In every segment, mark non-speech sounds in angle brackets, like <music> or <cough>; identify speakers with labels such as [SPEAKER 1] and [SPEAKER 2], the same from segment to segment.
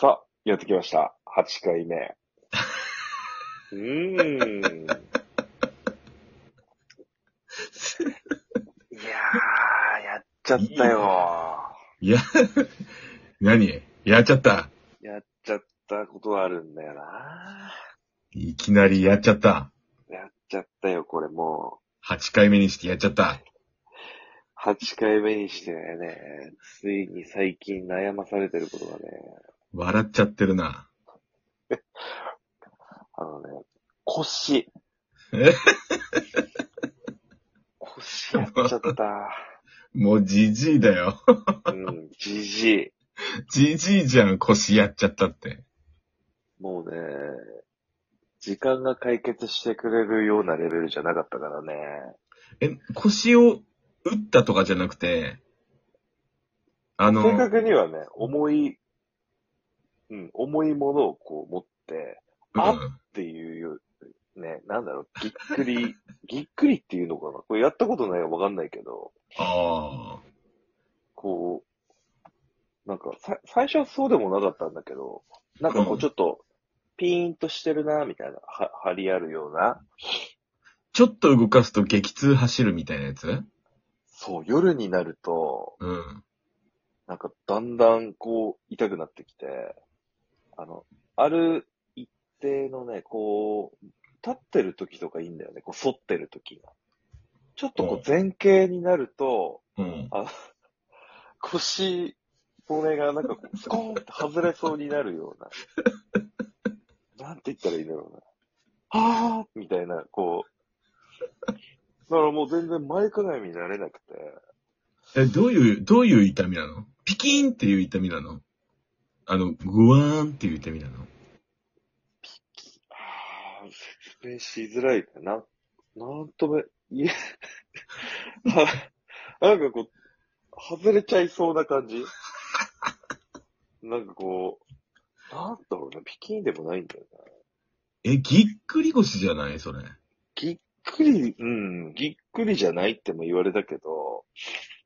[SPEAKER 1] さあ、やってきました。8回目。うーん。 <laughs> いやー、やっちゃったよ。
[SPEAKER 2] いや、何やっちゃった。
[SPEAKER 1] やっちゃったことあるんだよな。
[SPEAKER 2] いきなりやっちゃった。
[SPEAKER 1] やっちゃったよ、これも
[SPEAKER 2] 8回目にしてやっちゃった。
[SPEAKER 1] う。8回目にしてね、ついに最近悩まされてることがね、
[SPEAKER 2] 笑っちゃってるな。
[SPEAKER 1] あのね、腰。
[SPEAKER 2] え
[SPEAKER 1] 腰やっちゃった。
[SPEAKER 2] もうじじいだよ。
[SPEAKER 1] うん、じじい。
[SPEAKER 2] じじいじゃん、腰やっちゃったって。
[SPEAKER 1] もうね、時間が解決してくれるようなレベルじゃなかったからね。
[SPEAKER 2] え、腰を打ったとかじゃなくて、あの、
[SPEAKER 1] 正確にはね、重い、うん、重いものをこう持って、あ
[SPEAKER 2] うん
[SPEAKER 1] っていう、ね、なんだろう、ぎっくり、 <laughs> ぎっくりっていうのかなこれやったことないかわかんないけど、
[SPEAKER 2] あ
[SPEAKER 1] こう、なんかさ、最初はそうでもなかったんだけど、なんかこ
[SPEAKER 2] う
[SPEAKER 1] うんちょっと、ピーンとしてるな、みたいな、は、張りあるような。
[SPEAKER 2] ーちょっと動かすと激痛走るみたいなやつ
[SPEAKER 1] そう、夜になると、
[SPEAKER 2] うん。
[SPEAKER 1] なんかだんだんこう痛くなってきて、あの、ある一定のね、こう、立ってる時とかいいんだよね、こう反ってる時が。ちょっとこう前傾になると、
[SPEAKER 2] うん。
[SPEAKER 1] あ腰、骨がなんかこうスコーンって外れそうになるような。なんて言ったらいいんだろうな。あーみたいな、こう。だからもう全然前かがみになれなくて。
[SPEAKER 2] え、どういう、どういう痛みなのピキーンっていう痛みなのあの、グワーンっていう痛みなの
[SPEAKER 1] ああ、説明しづらいな。なんとも、いえ、 <laughs> はなんかこう、外れちゃいそうな感じなんかこう、なんだろうな、ピキンでもないんだよな。
[SPEAKER 2] え、ぎっくり腰じゃないそれ。
[SPEAKER 1] ぎっくり、うん、ぎっくりじゃないっても言われたけど、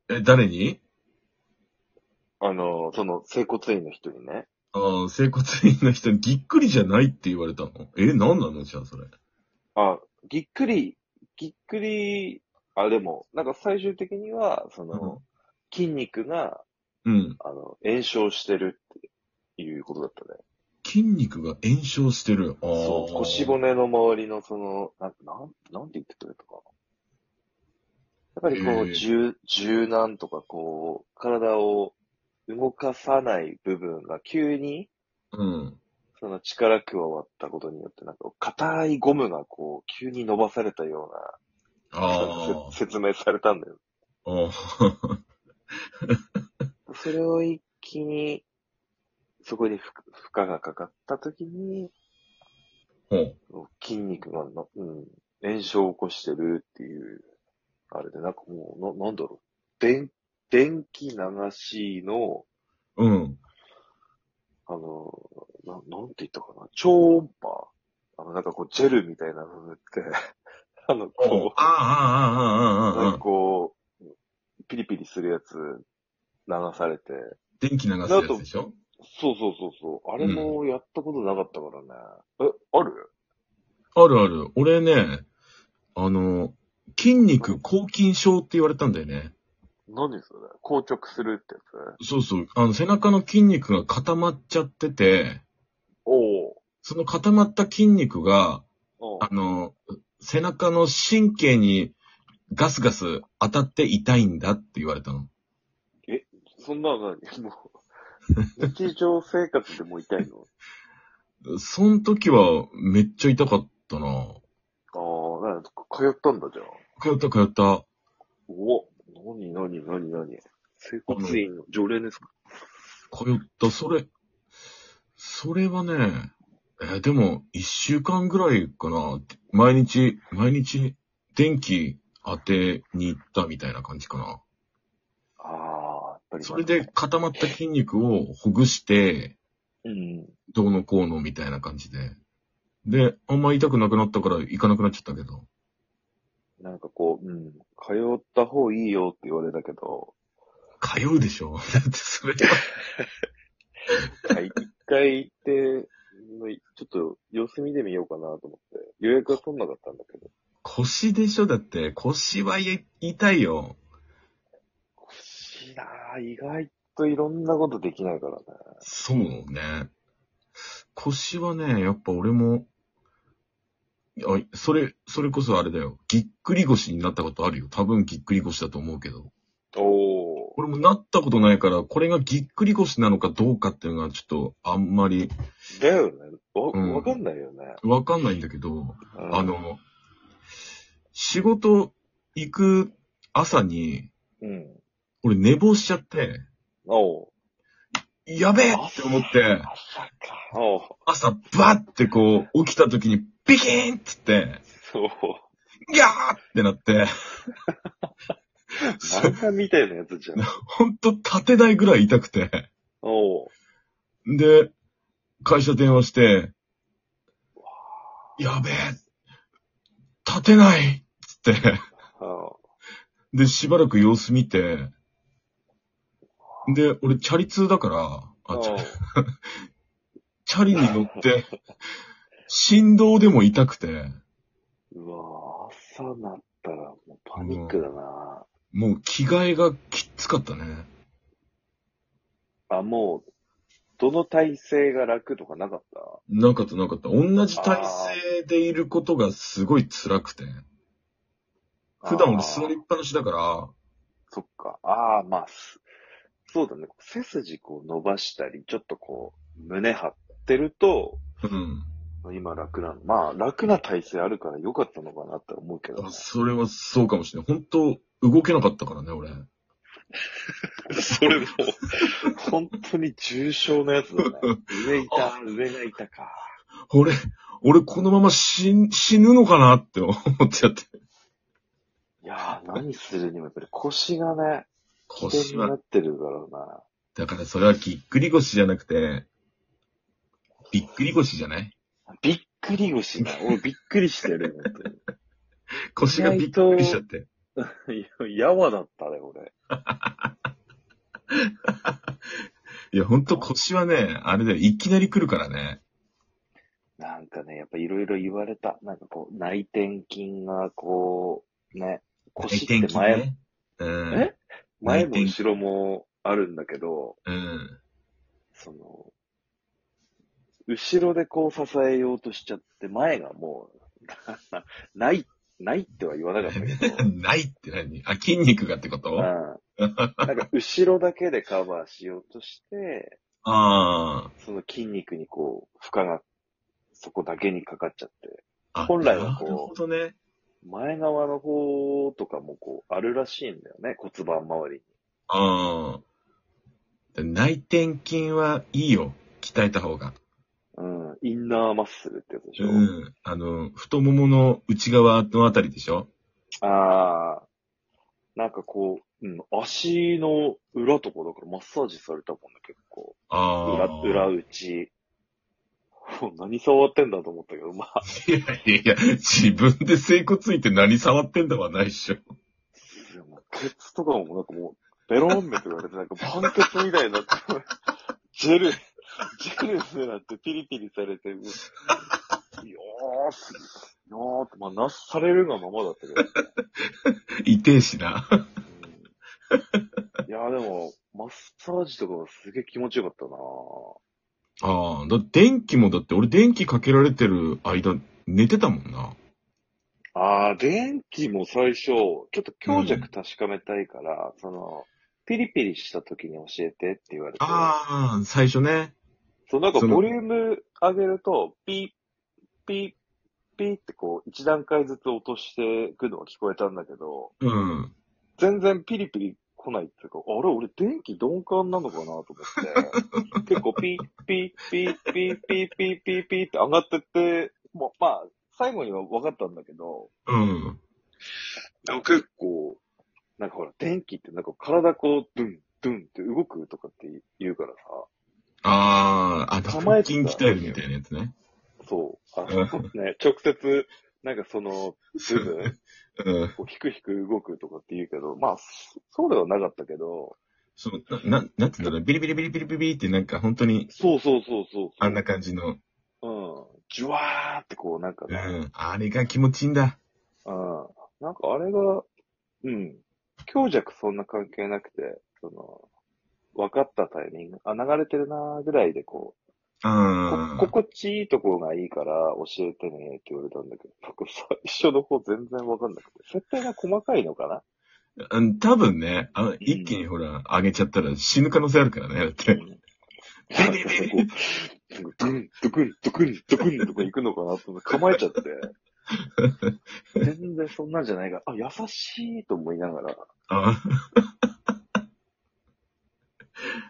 [SPEAKER 2] え、誰に
[SPEAKER 1] あの、その、整骨院の人にね、
[SPEAKER 2] ああ、整骨院の人にぎっくりじゃないって言われたのえ、なんなのじゃあそれ。
[SPEAKER 1] あ、ぎっくり、ぎっくり、あ、でも、なんか最終的には、その、筋肉が、
[SPEAKER 2] うん。
[SPEAKER 1] あの、炎症してるっていうことだったね。
[SPEAKER 2] 筋肉が炎症してる。ああ。
[SPEAKER 1] そう、腰。骨の周りのその、なん、なん、なんて言ってくれたかな。やっぱりこ
[SPEAKER 2] へ
[SPEAKER 1] う、
[SPEAKER 2] え
[SPEAKER 1] 柔、柔軟とかこう、体を動かさない部分が急に、
[SPEAKER 2] うん。
[SPEAKER 1] その力加わったことによって、なんか、硬いゴムがこう、急に伸ばされたよう
[SPEAKER 2] あ
[SPEAKER 1] <laughs> な、せ説明されたんだよ。
[SPEAKER 2] あ。ああ。
[SPEAKER 1] それを一気に、そこに負負荷がかかった時に、
[SPEAKER 2] ほう。
[SPEAKER 1] 筋肉がな、うん、炎症を起こしてるっていう、あれで、なんかもう、な、なんだろう、電、電気流しの、
[SPEAKER 2] うん。
[SPEAKER 1] あの、な、なんて言ったかな、超音波あの、なんかこう、ジェルみたいなの塗って、 <laughs> あの、
[SPEAKER 2] ほう
[SPEAKER 1] こ。
[SPEAKER 2] ああ、
[SPEAKER 1] う、
[SPEAKER 2] ああ、ああ、
[SPEAKER 1] な
[SPEAKER 2] あ
[SPEAKER 1] ん
[SPEAKER 2] あ
[SPEAKER 1] か。こう、ピリピリするやつ、流されて、
[SPEAKER 2] 電気流すやつでしょ
[SPEAKER 1] そうそうそう、そうあれもやったことなかったからね。え、ある
[SPEAKER 2] あるある。俺ね、あの、筋肉抗筋症って言われたんだよね。
[SPEAKER 1] 何それ硬直するってやつ
[SPEAKER 2] そうそう。あの、背中の筋肉が固まっちゃってて、
[SPEAKER 1] おう
[SPEAKER 2] その固まった筋肉が、
[SPEAKER 1] おう
[SPEAKER 2] あの、背中の神経にガスガス当たって痛いんだって言われたの。
[SPEAKER 1] そんなの何 <laughs> もう、日常生活でも痛いの
[SPEAKER 2] その時はめっちゃ痛かったな。
[SPEAKER 1] ああ、なんか通ったんだじゃん。
[SPEAKER 2] 通った通った。
[SPEAKER 1] お何何何何整骨院の常連ですか
[SPEAKER 2] 通った。それ、それはね、えーでも一週間ぐらいかな。毎日、毎日電気当てに行ったみたいな感じかな。
[SPEAKER 1] ああ、やっぱり。
[SPEAKER 2] それで。固まった筋肉をほぐして、
[SPEAKER 1] うん。
[SPEAKER 2] どうのこうのみたいな感じで。で、あんま痛くなくなったから行かなくなっちゃったけど。
[SPEAKER 1] なんかこう、うん。通った方いいよって言われたけど、
[SPEAKER 2] <laughs> 通うでしょだってそれは。
[SPEAKER 1] 通い回行って、ちょっと様子見てみようかなと思って。予約が取んなかったんだけど。
[SPEAKER 2] 腰でしょだって、腰はや痛いよ。
[SPEAKER 1] 腰なぁ、意外といろんなことできないからね。
[SPEAKER 2] そうね。腰はね、やっぱ俺も、あ、それ、それこそあれだよ。ぎっくり腰になったことあるよ。多分ぎっくり腰だと思うけど。
[SPEAKER 1] お
[SPEAKER 2] 俺もなったことないから、これがぎっくり腰なのかどうかっていうのがちょっとあんまり
[SPEAKER 1] ー。だよね。わ、
[SPEAKER 2] うん
[SPEAKER 1] わかんないよね。
[SPEAKER 2] わかんないんだけど、
[SPEAKER 1] うん
[SPEAKER 2] あ、の、仕事行く朝に、
[SPEAKER 1] うん。
[SPEAKER 2] 俺寝坊しちゃって、
[SPEAKER 1] おう。
[SPEAKER 2] やべえって思っ
[SPEAKER 1] 朝
[SPEAKER 2] て、
[SPEAKER 1] か。おう。
[SPEAKER 2] 朝バッてこう起きた時にビキーンっつって、
[SPEAKER 1] そう。
[SPEAKER 2] ギャーってなって、そう
[SPEAKER 1] 漫画みたいなやつじゃん。
[SPEAKER 2] ほんと縦台ぐらい痛くて。
[SPEAKER 1] おう。
[SPEAKER 2] で、会社電話して、やべえ、立てないっつって。
[SPEAKER 1] あ
[SPEAKER 2] で、しばらく様子見て、で、俺チャリ通だから、あ
[SPEAKER 1] お
[SPEAKER 2] チャ
[SPEAKER 1] う
[SPEAKER 2] チャリに乗って、振動でも痛くて、
[SPEAKER 1] うわぁ、朝なったらもうパニックだな
[SPEAKER 2] もう着替えがきっつかったね。
[SPEAKER 1] ぁ。あ、もう、どの体勢が楽とかなかった
[SPEAKER 2] なかったなかった。同じ体勢でいることがすごい辛くて。普段俺座りっぱなしだから、
[SPEAKER 1] そっか。ああ、まあ、すそうだね。背筋こう伸ばしたり、ちょっとこう、胸張ってると、
[SPEAKER 2] うん。。
[SPEAKER 1] 今楽なの。まあ、楽な体勢あるから良かったのかなって思うけど、ね
[SPEAKER 2] それはそうかもしれない。本当動けなかったからね、俺。
[SPEAKER 1] <laughs> それも、 <laughs> 本当に重症のやつだね。上痛、上が痛か。
[SPEAKER 2] 俺、俺このまま死ん死ぬのかなって思っちゃって。
[SPEAKER 1] いやー、何するにもやっぱり腰がね、起
[SPEAKER 2] 腰
[SPEAKER 1] 点にな
[SPEAKER 2] は、
[SPEAKER 1] ってるからな。
[SPEAKER 2] だからそれはぎっくり腰じゃなくて、びっくり腰じゃない
[SPEAKER 1] びっくり腰な。俺びっくりしてる、本
[SPEAKER 2] 腰がびっくりしちゃって。
[SPEAKER 1] 当に。 <laughs> いや、やわだったね、俺。
[SPEAKER 2] いや、ほんと腰はね、あれだよ、いきなり来るからね。
[SPEAKER 1] なんかね、やっぱいろいろ言われた。なんかこう、内転筋がこう、ね、腰って前、
[SPEAKER 2] ね。うん。
[SPEAKER 1] え前も
[SPEAKER 2] 内転
[SPEAKER 1] 後ろもあるんだけど、
[SPEAKER 2] うん。
[SPEAKER 1] その、後ろでこう支えようとしちゃって、前がもう、 <laughs> ない、ないっては言わなかったけ
[SPEAKER 2] <laughs>
[SPEAKER 1] ど、
[SPEAKER 2] ないって何あ、筋肉がってこと、
[SPEAKER 1] うん。
[SPEAKER 2] あ
[SPEAKER 1] なんか後ろだけでカバーしようとして、
[SPEAKER 2] あ
[SPEAKER 1] その筋肉にこう、負荷が、そこだけにかかっちゃって、
[SPEAKER 2] あ。
[SPEAKER 1] 本来はこう
[SPEAKER 2] なるほどね。
[SPEAKER 1] 前側の方とかもこう、あるらしいんだよね、骨盤周りに。
[SPEAKER 2] ああ。内転筋はいいよ。鍛えた方が。
[SPEAKER 1] うん、インナーマッスルってやつでし
[SPEAKER 2] う
[SPEAKER 1] ょ。
[SPEAKER 2] ん。あの、太ももの内側のあたりでしょ
[SPEAKER 1] ああ、なんかこう、うん、足の裏とかだからマッサージされたもんね、結構。裏
[SPEAKER 2] ああ。、
[SPEAKER 1] 裏打ち。 <laughs> もう何触ってんだと思ったけど、まあ、
[SPEAKER 2] いやいやいや、自分で整骨院って何触ってんだはないっしょ。
[SPEAKER 1] でもケツとかもなんかもう、ベロンメって言われて、なんかパンケツみたいになって、ジェル、ジェルになってピリピリされて、もうよーす、よーって、まあ、なされるがままだったけど。
[SPEAKER 2] 痛えしな。
[SPEAKER 1] うんいやーでも、マッサージとかがすげえ気持ちよかったな
[SPEAKER 2] ああ、だって電気もだって俺電気かけられてる間寝てたもんな。
[SPEAKER 1] ああ、電気も最初、ちょっと強弱確かめたいから、その、ピリピリした時に教えてって言われて、
[SPEAKER 2] ああ、最初ね。
[SPEAKER 1] そうなんか
[SPEAKER 2] その
[SPEAKER 1] ボリューム上げると、ピッ、ピッ、ピッってこう、一段階ずつ落としていくのが聞こえたんだけど、
[SPEAKER 2] うん。
[SPEAKER 1] 全然ピリピリ来ないっていうか、あれ、俺電気鈍感なのかなと思っ
[SPEAKER 2] <laughs>
[SPEAKER 1] て、結構ピッ、ピッ、ピッ、ピッ、ピッ、ピッ、ピッ、ピッって上がってって、もう、まあ、最後には分かったんだけど、
[SPEAKER 2] うん。
[SPEAKER 1] でも結構、なんかほら、電気ってなんか体こう、ドゥン、ドゥンって動くとかって言うから
[SPEAKER 2] ああ、あの、
[SPEAKER 1] 構え
[SPEAKER 2] 腹
[SPEAKER 1] てた
[SPEAKER 2] 筋鍛えるみたいなやつね。
[SPEAKER 1] さ、そう、あ
[SPEAKER 2] う
[SPEAKER 1] のね、直接、なんかその部
[SPEAKER 2] ん。
[SPEAKER 1] 分、
[SPEAKER 2] うん。
[SPEAKER 1] こう、ひくひく動くとかって言うけど、まあ、そそうではなかったけど、
[SPEAKER 2] その、な、なん、なんて言うんだろう、ビリビリビリビリビリってなんか本当に、
[SPEAKER 1] そうそうそうそう。
[SPEAKER 2] あんな感じ
[SPEAKER 1] う
[SPEAKER 2] の、
[SPEAKER 1] ん。じゅわーってこう、なんか
[SPEAKER 2] う
[SPEAKER 1] ね、
[SPEAKER 2] ん、あれが気持ちいいんだ。
[SPEAKER 1] うん。なんかあれが、うん。強弱そんな関係なくて、その、分かったタイミング、あ、流れてるなーぐらいでこう、
[SPEAKER 2] うん。
[SPEAKER 1] こ心地いいところがいいから教えてねって言われたんだけど、僕最初の方全然分かんなくて、設定が細かいのかな
[SPEAKER 2] うん、多分ね、あの、一気にほら、上げちゃったら死ぬ可能性あるからね、だ
[SPEAKER 1] <laughs>
[SPEAKER 2] って。
[SPEAKER 1] なんかこう、ドクン、ドクン、ドクン、ドクンとか行くのかなと思って構えちゃって。全然そんなんじゃないから、あ、優しいと思いながら。い
[SPEAKER 2] あ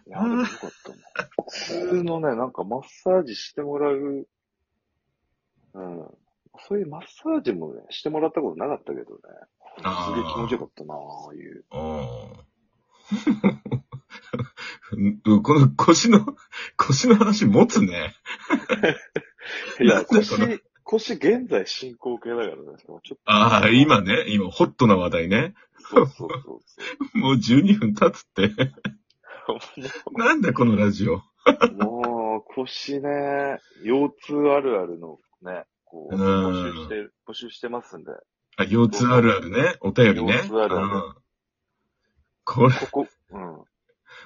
[SPEAKER 1] や、でもよかったな。普通のね、なんかマッサージしてもらう、うん。そういうマッサージもね、してもらったことなかったけどね。
[SPEAKER 2] あー
[SPEAKER 1] すげえ気持ちよかったなああいう。
[SPEAKER 2] あ。 <laughs> うんこの腰の、 <laughs> 腰の話持つね。
[SPEAKER 1] いや、
[SPEAKER 2] その
[SPEAKER 1] 腰、腰現在進行形だからね。ちょっと
[SPEAKER 2] ああ、今ね、今、ホットな話題ね。
[SPEAKER 1] そうそうそう
[SPEAKER 2] もう12分経つって。 <laughs>
[SPEAKER 1] そう。
[SPEAKER 2] なんだこのラジオ。
[SPEAKER 1] もう、腰ね、腰痛あるあるのね、こう、
[SPEAKER 2] うん
[SPEAKER 1] 募集して、募集してますんで、
[SPEAKER 2] あ、腰痛あるあるね。お便りね。
[SPEAKER 1] 腰痛あるある
[SPEAKER 2] うんこれ、
[SPEAKER 1] ここ、うん。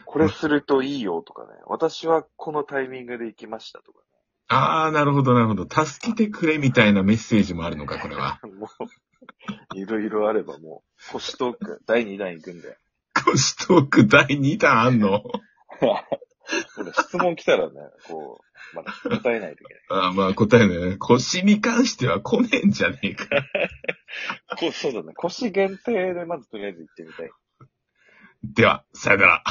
[SPEAKER 1] これするといいよとかね、私はこのタイミングで行きましたとか
[SPEAKER 2] ああ、なるほど、なるほど。助けてくれみたいなメッセージもあるのか、これは。 <laughs>
[SPEAKER 1] ね、もう、いろいろあればもう、腰トーク、第2弾行くんで。
[SPEAKER 2] 腰トーク第2弾あんの
[SPEAKER 1] ほら質問来たらね、こう、まだ答えないといけない。
[SPEAKER 2] ああ、まあ答えね。腰に関しては来ねえんじゃねえか。
[SPEAKER 1] こう、そうだね、腰限定でまずとりあえず行ってみたい。
[SPEAKER 2] では、さよなら。